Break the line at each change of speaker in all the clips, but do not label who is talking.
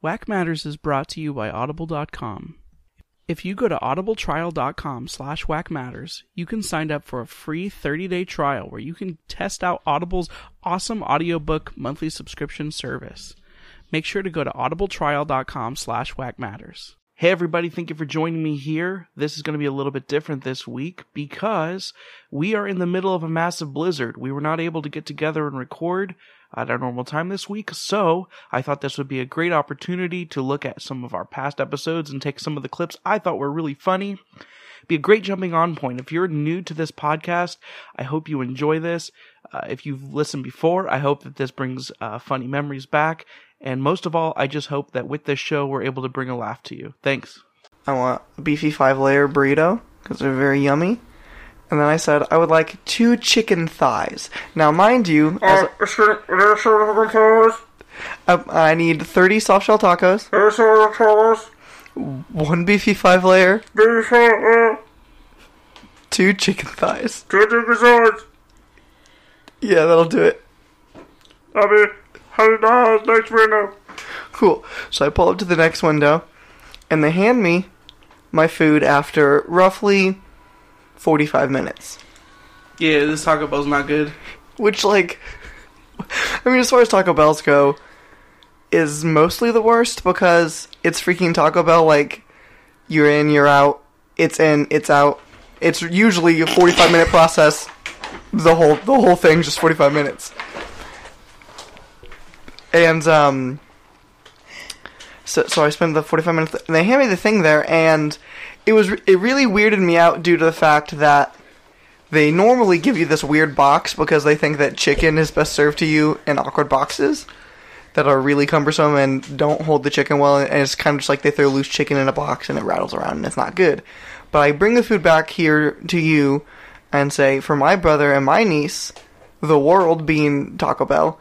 Whack Matters is brought to you by Audible.com. If you go to audibletrial.com slash whackmatters, you can sign up for a free 30-day trial where you can test out Audible's awesome audiobook monthly subscription service. Make sure to go to audibletrial.com slash whackmatters. Hey everybody, thank you for joining me here. This is going to be a little bit different this week because we are in the middle of a massive blizzard. We were not able to get together and record at our normal time this week, so I thought this would be a great opportunity to look at some of our past episodes and take some of the clips I thought were really funny. Be a great jumping on point. If you're new to this podcast, I hope you enjoy this. Uh, if you've listened before, I hope that this brings uh, funny memories back. And most of all, I just hope that with this show, we're able to bring a laugh to you. Thanks.
I want a beefy five layer burrito because they're very yummy. And then I said I would like two chicken thighs. Now, mind you, as a- I, I need 30 soft shell tacos, one beefy five layer, two chicken thighs. Yeah, that'll do it. Cool. So I pull up to the next window, and they hand me my food after roughly 45 minutes.
Yeah, this Taco Bell's not good.
Which, like, I mean, as far as Taco Bells go, is mostly the worst because it's freaking Taco Bell. Like, you're in, you're out, it's in, it's out. It's usually a 45 minute process. The whole the whole thing's just 45 minutes. And um, so so I spent the 45 minutes. And they hand me the thing there, and it was it really weirded me out due to the fact that they normally give you this weird box because they think that chicken is best served to you in awkward boxes that are really cumbersome and don't hold the chicken well and it's kind of just like they throw loose chicken in a box and it rattles around and it's not good but i bring the food back here to you and say for my brother and my niece the world being taco bell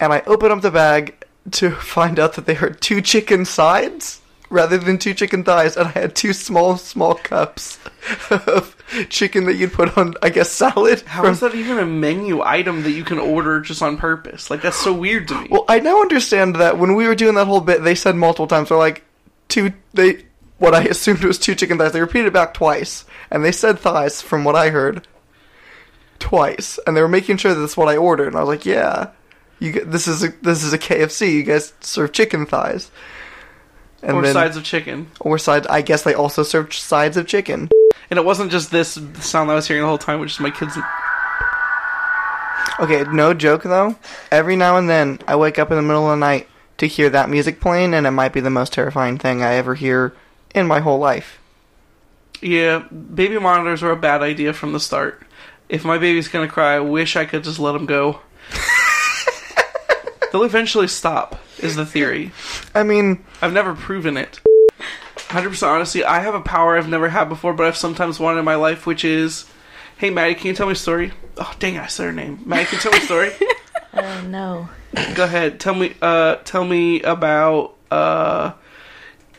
and i open up the bag to find out that they are two chicken sides rather than two chicken thighs and i had two small small cups of chicken that you'd put on i guess salad
How is
from-
that even a menu item that you can order just on purpose? Like that's so weird to me.
Well, I now understand that when we were doing that whole bit, they said multiple times, they're like, two, they, what I assumed was two chicken thighs. They repeated it back twice, and they said thighs from what I heard twice, and they were making sure that that's what I ordered, and I was like, yeah, you, g- this is a, this is a KFC, you guys serve chicken thighs. And
or
then,
sides of chicken.
or side, I guess they also served sides of chicken.
And it wasn't just this sound I was hearing the whole time, which is my kids.
Okay, no joke though. Every now and then, I wake up in the middle of the night to hear that music playing, and it might be the most terrifying thing I ever hear in my whole life.
Yeah, baby monitors were a bad idea from the start. If my baby's gonna cry, I wish I could just let him go. They'll eventually stop, is the theory.
I mean,
I've never proven it. 100% honestly, I have a power I've never had before, but I've sometimes wanted in my life, which is Hey, Maddie, can you tell me a story? Oh, dang, it, I said her name. Maddie, can you tell me a story?
Oh no.
Go ahead. Tell me. Uh, tell me about uh,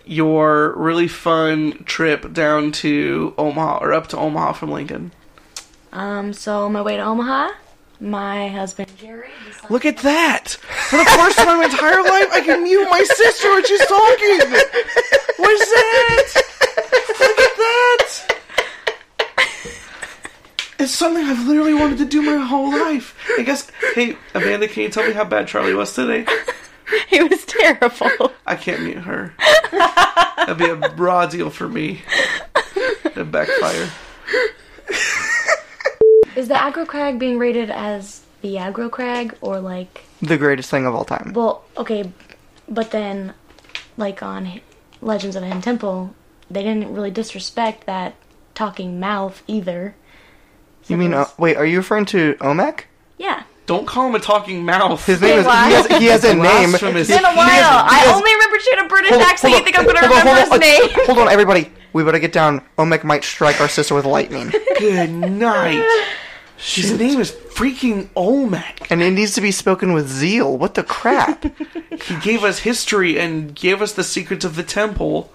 your really fun trip down to Omaha or up to Omaha from Lincoln.
Um, so on my way to Omaha, my husband Jerry. decided-
Look at that! For the first time in my entire life, I can mute my sister when she's talking. What is that? Look at that! It's something I've literally wanted to do my whole life. I guess. Hey, Amanda, can you tell me how bad Charlie was today?
He was terrible.
I can't mute her. That'd be a raw deal for me. That'd backfire.
Is the aggro crag being rated as the aggro crag or like
the greatest thing of all time.
well, okay, but then like on H- Legends of Hidden Temple, they didn't really disrespect that talking mouth either. So
You mean, uh,
there's-
wait, are you referring to Omek?
yeah.
Don't call him a talking mouth.
His name is. He
why?
has, he has a name.
Blasphemous.
He-
Been a
he has- he has-
remember she had a British
hold on, hold on, hold on, hold on, uh, Hold on, everybody. We better get down. Omek might strike our sister with lightning,
Good night. His name is freaking Olmec.
and it needs to be spoken with zeal. What the crap?
He gave us history and gave us the secrets of the temple.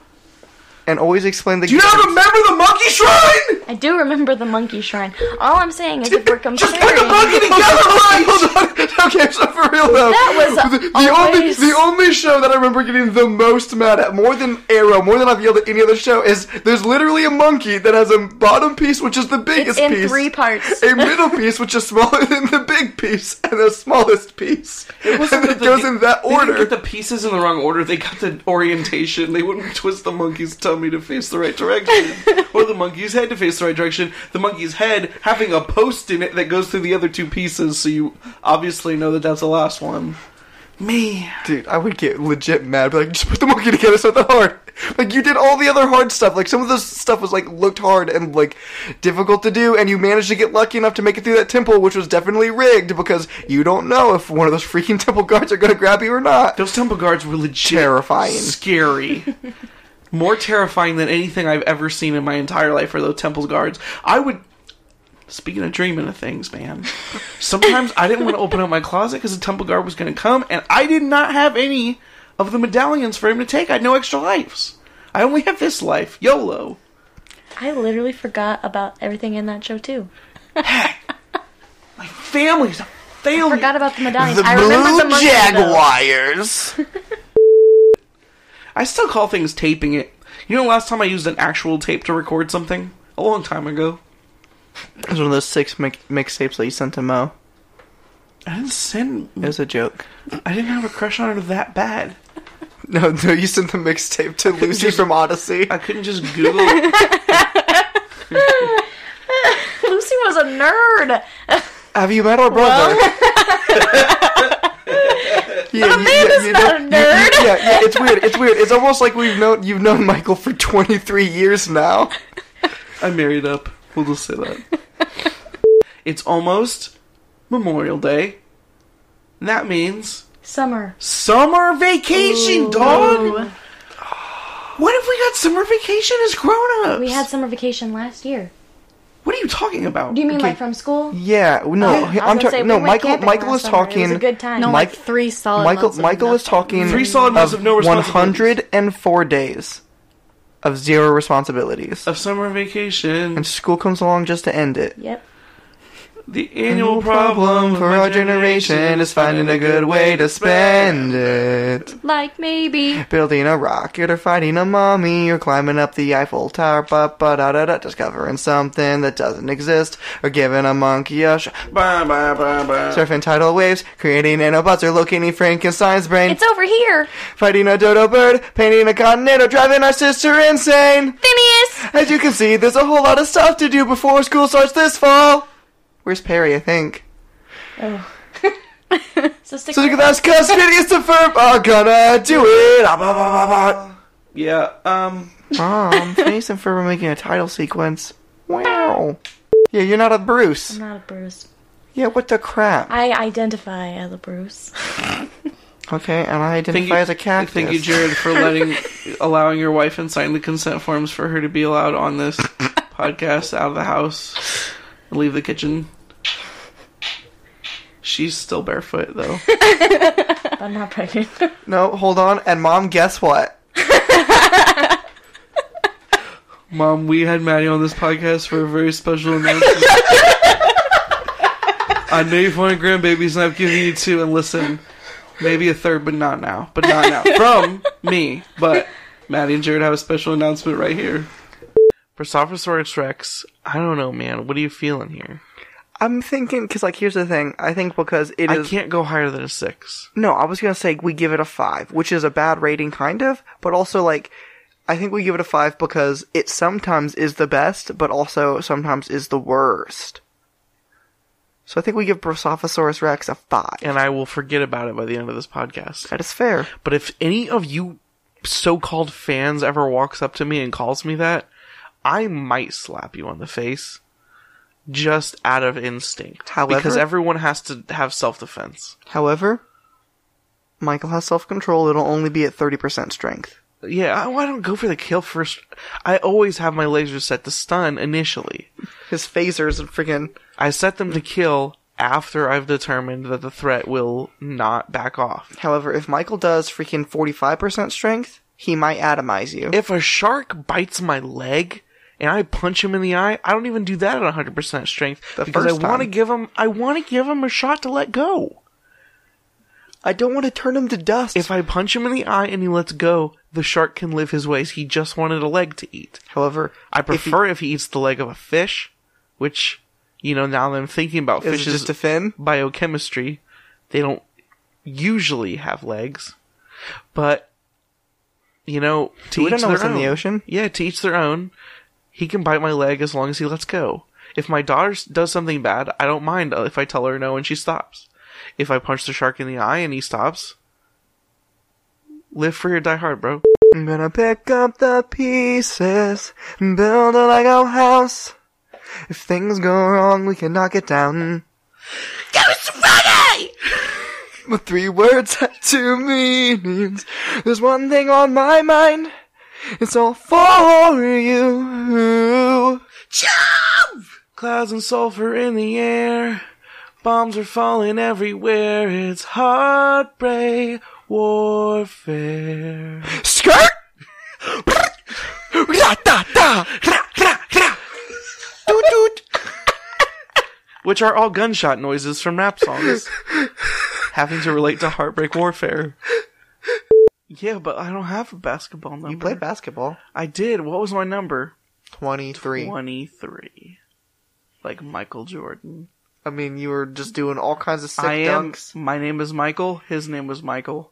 and always explain the.
Do you not remember the monkey shrine?
I do remember the monkey shrine. All I'm saying is if we're comparing,
Just put the monkey together, right?
Hold on. Okay, so for real though,
That was
the, the only
always-
the only show that I remember getting the most mad at, more than Arrow, more than I've yelled at any other show, is there's literally a monkey that has a bottom piece, which is the biggest
in
piece,
three parts.
a middle piece, which is smaller than the big piece, and the smallest piece.
wasn't
and
that
it
they
goes
did-
in that
They
order.
didn't get the pieces in the wrong order. They got the orientation. They wouldn't twist the monkey's tummy to face the right direction, or the monkey's head to face the right direction. The monkey's head having a post in it that goes through the other two pieces, so you obviously know that that's the last one. Man,
Dude, I would get legit mad. Be like, just put the monkey together, it's not that hard. Like, you did all the other hard stuff. Like, some of this stuff was, like, looked hard and, like, difficult to do, and you managed to get lucky enough to make it through that temple, which was definitely rigged because you don't know if one of those freaking temple guards are gonna grab you or not.
those temple guards were legit
Terrifying.
scary. More terrifying than anything I've ever seen in my entire life are those temple guards. I would. Speaking of dreaming of things, man. Sometimes I didn't want to open up my closet because a temple guard was going to come, and I did not have any of the medallions for him to take. I had no extra lives. I only have this life. YOLO.
I literally forgot about everything in that show too.
My family's a
Oh,
failure.
Forgot about the medallion. I remember the monkey though.
Jaguars.
I still call things taping it. You know, last time I used an actual tape to record something? A long time ago.
it was one of those six mix- mixtapes that you sent to Mo.
I didn't send
It was a joke.
I didn't have a crush on her that bad.
No, no, you sent the mixtape to Lucy from Odyssey.
I couldn't just Google.
Lucy was a nerd.
Have you met our brother? yeah, you,
Amanda's not a
don't-
nerd.
yeah, yeah, it's weird. It's weird. It's almost like we've known you've known Michael for 23 years now.
I married up. We'll just say that. It's almost Memorial Day. That means
Summer.
summer vacation, dog.
Ooh.
What if we got summer vacation as grown-ups?
We had summer vacation last year.
What are you talking about?
Do you mean
Okay.
like from school?
Yeah, no,
Oh, I was
I'm
gonna say,
talking.
we
No,
went
Michael.
camping
Michael
last
is
summer. It was
talking.
a good time.
No,
Mike-
like
Mike-
three solid
Michael.
months of
Michael is
nothing.
talking.
Three solid months of no
104
responsibilities.
days of zero responsibilities,
of summer vacation,
and school comes along just to end it.
Yep.
the annual problem for our generation is finding a good way to spend it.
it.
Like maybe.
Building a rocket or fighting a mummy or climbing up the Eiffel Tower, but but da da da, discovering something that doesn't exist or giving a monkey a sh-
Bah, bah, bah, bah.
surfing tidal waves, creating nanobots or locating Frankenstein's brain,
It's over here.
fighting a dodo bird, painting a continent or driving our sister insane.
Phineas.
As you can see, there's a whole lot of stuff to do before school starts this fall. Where's Perry? I think.
So stick.
Oh. So look at that, cause Phineas the Ferb are gonna do it. Ah, bah, bah, bah, bah.
Yeah. Um.
Mom, Phineas and Ferb are making a title sequence. Wow. Yeah, you're not a Bruce.
I'm not a Bruce.
Yeah, what the crap?
I identify as a Bruce.
Okay, and I identify
Thank you,
as a cactus.
Thank you, Jared, for letting allowing your wife and sign the consent forms for her to be allowed on this podcast out of the house and leave the kitchen. She's still barefoot though.
But I'm not pregnant.
No, hold on. And mom, guess what?
Mom, we had Maddie on this podcast for a very special announcement. I know you've wanted grandbabies, and I've given you two. And listen, maybe a third, but not now. But not now. From me, but Maddie and Jared have a special announcement right here. Brisophosaurus Rex. I don't know, man. What are you feeling here?
I'm thinking, because, like, here's the thing. I think because it
I
is.
can't go higher than a six.
No, I was going to say we give it a five, which is a bad rating, kind of, but also, like, I think we give it a five because it sometimes is the best, but also sometimes is the worst. So I think we give Brosophosaurus Rex a five.
And I will forget about it by the end of this podcast.
That is fair.
But if any of you so-called fans ever walks up to me and calls me that, I might slap you on the face just out of instinct.
However-
because everyone has to have self-defense.
However, Michael has self control. It'll only be at 30% strength.
Yeah, I, well, I don't go for the kill first. I always have my lasers set to stun initially.
His phasers and freaking.
I set them to kill after I've determined that the threat will not back off.
However, if Michael does freaking 45% strength, he might atomize you.
If a shark bites my leg and I punch him in the eye, I don't even do that at 100% strength
The
because
first
I want to
time.
give him I want to give him a shot to let go.
I don't want to turn him to dust.
If I punch him in the eye and he lets go, the shark can live his ways. He just wanted a leg to eat.
However,
I
if he-
prefer if he, eats the leg of a fish, which you know now that I'm thinking about
is it
fishes
just a fin.
biochemistry, they don't usually have legs, but you know, to
We
each
don't know
their
what's in
own.
the ocean.
Yeah, to each their own. He can bite my leg as long as he lets go. If my daughter s- does something bad, I don't mind if I tell her no and she stops. If I punch the shark in the eye and he stops, live free or die hard, bro.
I'm gonna pick up the pieces, build a Lego house. If things go wrong, we can knock it down. With three words and two meanings, there's one thing on my mind. It's all for you.
Clouds and sulfur in the air. Bombs are falling everywhere. It's heartbreak warfare.
Skirt. da da da. Doot doot.
Which are all gunshot noises from rap songs. having to relate to heartbreak warfare. Yeah, but I don't have a basketball number.
You played basketball.
I did. What was my number?
Twenty-three.
23. Like Michael Jordan.
I mean, you were just doing all kinds of sick
I am.
dunks.
My name is Michael. His name was Michael.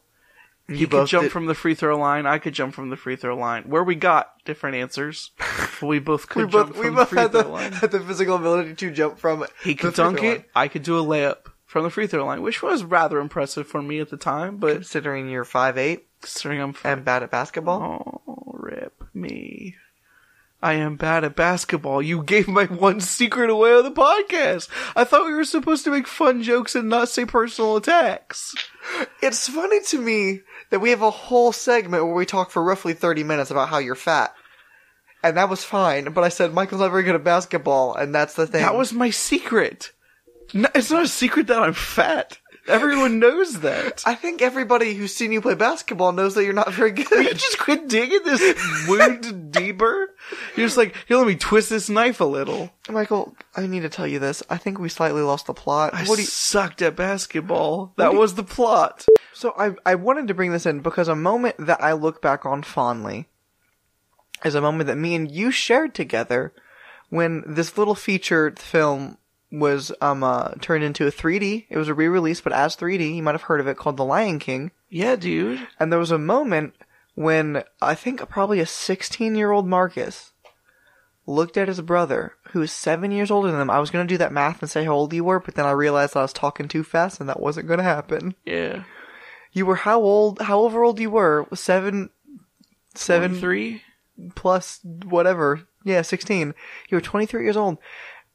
You
He could jump
did-
from the free throw line. I could jump from the free throw line. Where we got different answers. but we both could
We both
jump
we
from
both
the free
had
throw
the,
line.
had the physical ability to jump from.
He
the
could
free
dunk
throw
it.
line.
I could do a layup from the free throw line, which was rather impressive for me at the time. But
Considering you're five eight
considering I'm f-
and bad at basketball,
oh rip me, I am bad at basketball. You gave my one secret away on the podcast. I thought we were supposed to make fun jokes and not say personal attacks.
it's funny to me that we have a whole segment where we talk for roughly thirty minutes about how you're fat, and that was fine. But I said Michael's not very good at basketball, and that's the thing.
That was my secret. No, it's not a secret that I'm fat. Everyone knows that.
I think everybody who's seen you play basketball knows that you're not very
You
good.
just quit digging this wound deeper. You're just like, here, let me twist this knife a little.
Michael, I need to tell you this. I think we slightly lost the plot.
I
What do you,
sucked at basketball. That was the plot.
So I I wanted to bring this in because a moment that I look back on fondly is a moment that me and you shared together when this little feature film was um uh, turned into a 3D. It was a re-release, but as 3D. You might have heard of it called The Lion King.
Yeah, dude.
And there was a moment when I think probably a 16 year old Marcus looked at his brother, who is seven years older than him. I was going to do that math and say how old you were, but then I realized I was talking too fast and that wasn't going to happen.
Yeah.
You were how old? However old you were, seven, seven
three.
plus whatever. Yeah, sixteen. You were twenty three years old,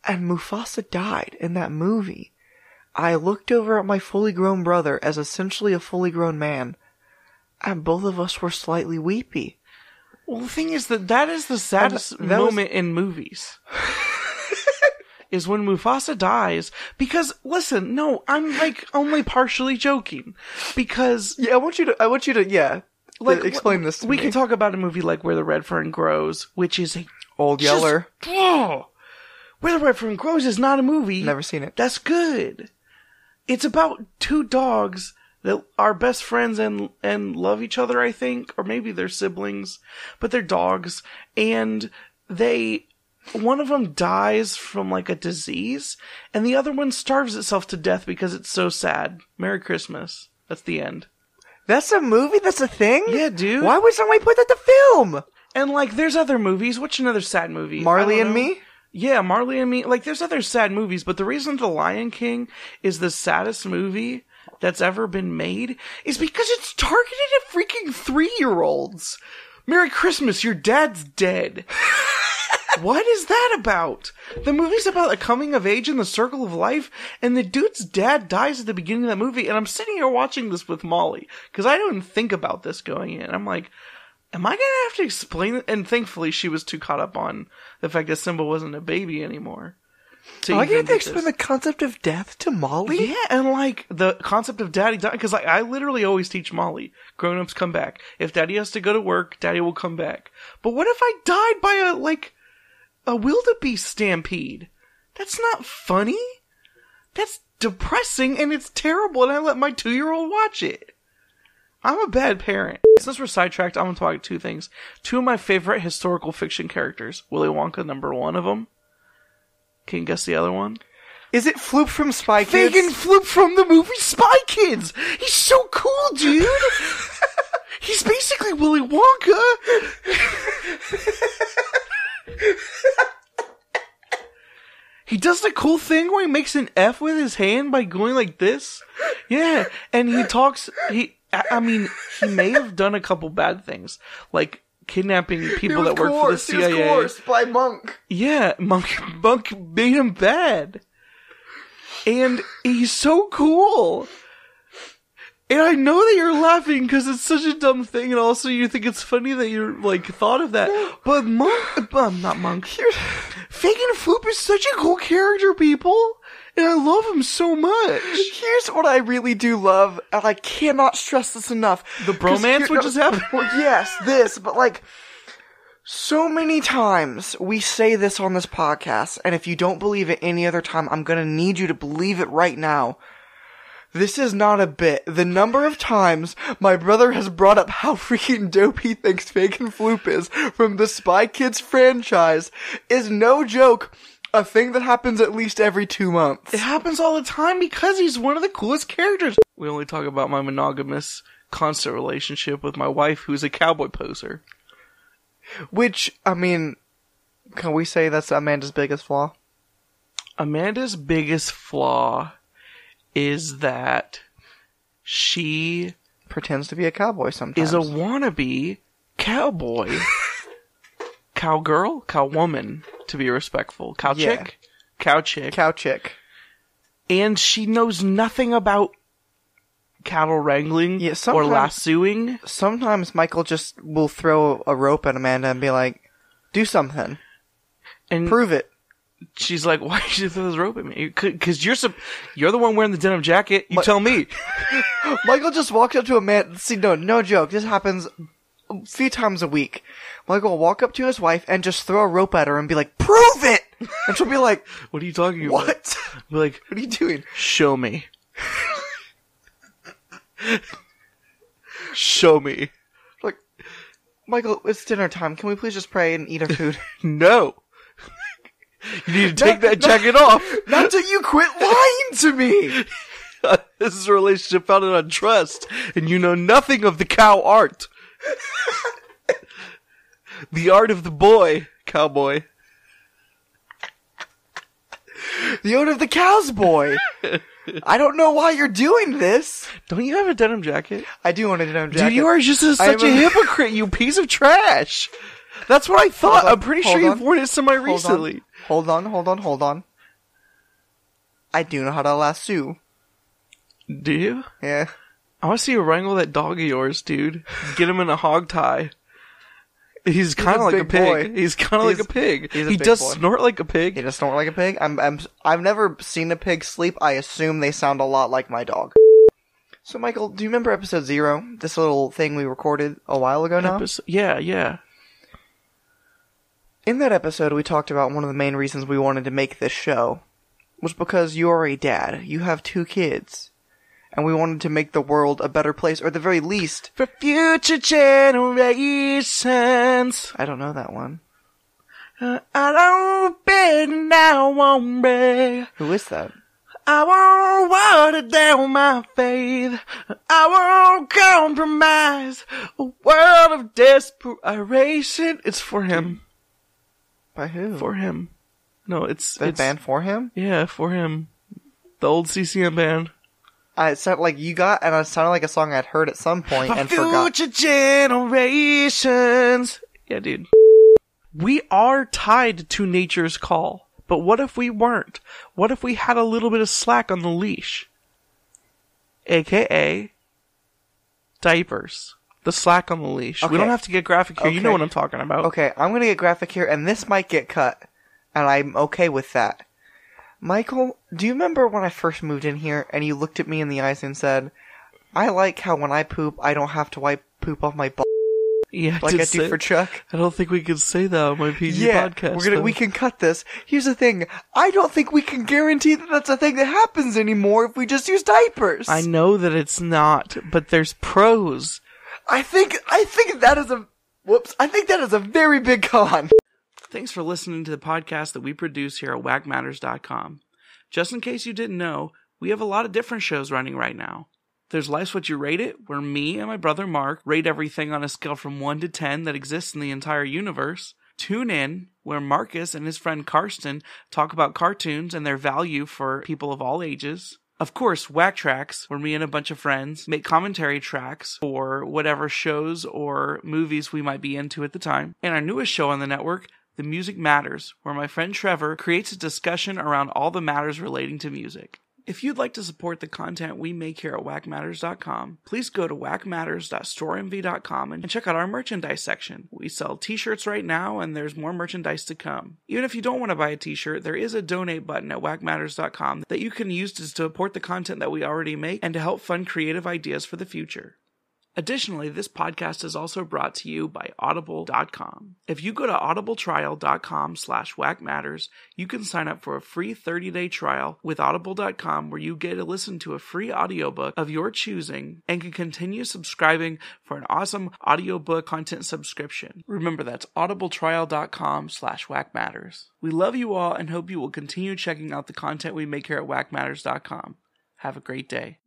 and Mufasa died in that movie. I looked over at my fully grown brother as essentially a fully grown man, and both of us were slightly weepy.
Well, the thing is that that is the saddest
And that was-
moment in movies. is when Mufasa dies because listen, no, I'm like only partially joking because
Yeah, I want you to. I want you to. Yeah,
like
like explain
wh-
this. To
we
me.
can talk about a movie like Where the Red Fern Grows, which is a
Old Yeller.
Just, oh, Where the Red Fern Grows is not a movie.
Never seen it.
That's good. It's about two dogs that are best friends and and love each other, I think, or maybe they're siblings, but they're dogs, and they one of them dies from like a disease, and the other one starves itself to death because it's so sad. Merry Christmas. That's the end.
That's a movie. That's a thing.
Yeah, dude.
Why would somebody put that to film?
And like, there's other movies. What's another sad movie? I
Marley
don't
and
know.
Me.
Yeah, Marley and Me. Like, there's other sad movies, but the reason The Lion King is the saddest movie that's ever been made is because it's targeted at freaking three year olds. Merry Christmas, your dad's dead. what is that about? The movie's about the coming of age and the circle of life, and the dude's dad dies at the beginning of that movie, and I'm sitting here watching this with Molly, because I didn't think about this going in. I'm like, am I gonna have to explain it? And thankfully, she was too caught up on the fact that Simba wasn't a baby anymore. to
Oh, I like how
even
they
get this.
explain the concept of death to Molly.
Yeah, and like the concept of daddy dying, because like I literally always teach Molly, grown ups come back. If daddy has to go to work, daddy will come back. But what if I died by a like a wildebeest stampede? That's not funny. That's depressing and it's terrible, and I let my two year old watch it. I'm a bad parent. Since we're sidetracked, I'm gonna talk two things. Two of my favorite historical fiction characters, Willy Wonka, number one of them. Can you guess the other one?
Is it Floop from Spy Kids?
Fagan Flip from the movie Spy Kids. He's so cool, dude. He's basically Willy Wonka. he does the cool thing where he makes an F with his hand by going like this. Yeah, and he talks. He, I I mean, he may have done a couple bad things, like kidnapping people that work for the CIA.
by Monk.
Yeah, Monk Monk made him bad. And he's so cool. And I know that you're laughing because it's such a dumb thing, and also you think it's funny that you're like thought of that. But Monk, um, not Monk. Fagin Floop is such a cool character, people, and I love him so much.
Here's what I really do love, and I cannot stress this enough.
The
'Cause
bromance,
here-
which has happened.
Well, yes, this, but like, so many times we say this on this podcast, and if you don't believe it any other time, I'm gonna need you to believe it right now. This is not a bit. The number of times my brother has brought up how freaking dope he thinks Fagin Floop is from the Spy Kids franchise is no joke. A thing that happens at least every two months.
It happens all the time because he's one of the coolest characters. We only talk about my monogamous, constant relationship with my wife, who's a cowboy poser.
Which, I mean, can we say that's Amanda's biggest flaw?
Amanda's biggest flaw is that she
Pretends to be a cowboy sometimes.
is a wannabe cowboy. Cowgirl? Cowwoman, to be respectful. Cow
Yeah.
chick? Cow chick.
cow chick.
and she knows nothing about cattle wrangling
Yeah,
or
sometimes-
lassoing.
Sometimes Michael just will throw a rope at Amanda and be like, do something.
And
Prove it.
she's like, "Why did you throw this rope at me? Because you're sup- you're the one wearing the denim jacket. You
But-
tell me."
Michael just walks up to Amanda. See, no, no joke. This happens a few times a week. Michael will walk up to his wife and just throw a rope at her and be like, prove it! And she'll be like,
What are you talking about?
what?
Be like,
what are you doing?
show me. show me.
Like, Michael, it's dinner time. Can we please just pray and eat our food?
No. you need to
No,
take that
no.
jacket off.
Not till you quit lying to me!
this is a relationship founded on trust, and you know nothing of the cow art. the art of the boy, cowboy.
The owner of the cow's boy! I don't know why you're doing this!
Don't you have a denim jacket?
I do want to know, Jack.
Dude, you are just a,
I am
such a,
a-
hypocrite, you piece of trash. That's what I thought.
Hold on,
I'm pretty sure
hold
you've
on,
worn it semi
Hold on.
recently.
Hold on, hold on, hold on. I do know how to lasso.
Do you?
Yeah.
I want to see you wrangle that dog of yours, dude. Get him in a hog tie. He's kind of like a
big
pig.
boy.
He's kind of like
He's-
a pig.
he's a
he
big
does
boy.
snort like a pig.
They just snort like a pig. I'm, I'm, I've never seen a pig sleep. I assume they sound a lot like my dog. So, Michael, do you remember episode zero? This little thing we recorded a while ago now?
Epis- Yeah, yeah.
In that episode, we talked about one of the main reasons we wanted to make this show was because you're a dad. You have two kids. And we wanted to make the world a better place, or at the very least,
For future generations, Uh,
I don't know that one.
I don't bend, I won't break.
Who is that?
I won't water down my faith. I won't compromise. A world of desperation. It's for him.
By who?
For him. No, it's
the
it's
band for him?
yeah for him. The old CCM band.
I, it sounded like you got, and it sounded like a song I'd heard at some point
For
and forgot.
future generations. Yeah, dude. We are tied to nature's call, but what if we weren't? What if we had a little bit of slack on the leash? AKA diapers. The slack on the leash. We
Okay.
don't have to get graphic here. You know
Okay.
what I'm talking about.
Okay, I'm gonna get graphic here, and this might get cut, and I'm okay with that. Michael, do you remember when I first moved in here and you looked at me in the eyes and said, I like how when I poop, I don't have to wipe poop off my butt
Yeah,
like I
did
do
say-
for Chuck?
I don't think we could say that on my PG
yeah,
podcast.
we're gonna,
though.
we can cut this. Here's the thing. I don't think we can guarantee that that's a thing that happens anymore if we just use diapers.
I know that it's not, but there's pros.
I think, I think that is a, whoops, I think that is a very big con.
Thanks for listening to the podcast that we produce here at whackmatters.com. Just in case you didn't know, we have a lot of different shows running right now. There's Life's What You Rate It, where me and my brother Mark rate everything on a scale from 1 to 10 that exists in the entire universe. Tune in, where Marcus and his friend Karsten talk about cartoons and their value for people of all ages. Of course, Whack Tracks, where me and a bunch of friends make commentary tracks for whatever shows or movies we might be into at the time. And our newest show on the network, The Music Matters, where my friend Trevor creates a discussion around all the matters relating to music. If you'd like to support the content we make here at whackmatters.com, please go to whackmatters.storeenvy.com and check out our merchandise section. We sell t-shirts right now and there's more merchandise to come. Even if you don't want to buy a t-shirt, there is a donate button at whackmatters.com that you can use to support the content that we already make and to help fund creative ideas for the future. Additionally, this podcast is also brought to you by audible.com. If you go to audibletrial.com slash whackmatters, you can sign up for a free 30-day trial with audible.com where you get to listen to a free audiobook of your choosing and can continue subscribing for an awesome audiobook content subscription. Remember, that's audibletrial.com slash whackmatters. We love you all and hope you will continue checking out the content we make here at whackmatters.com. Have a great day.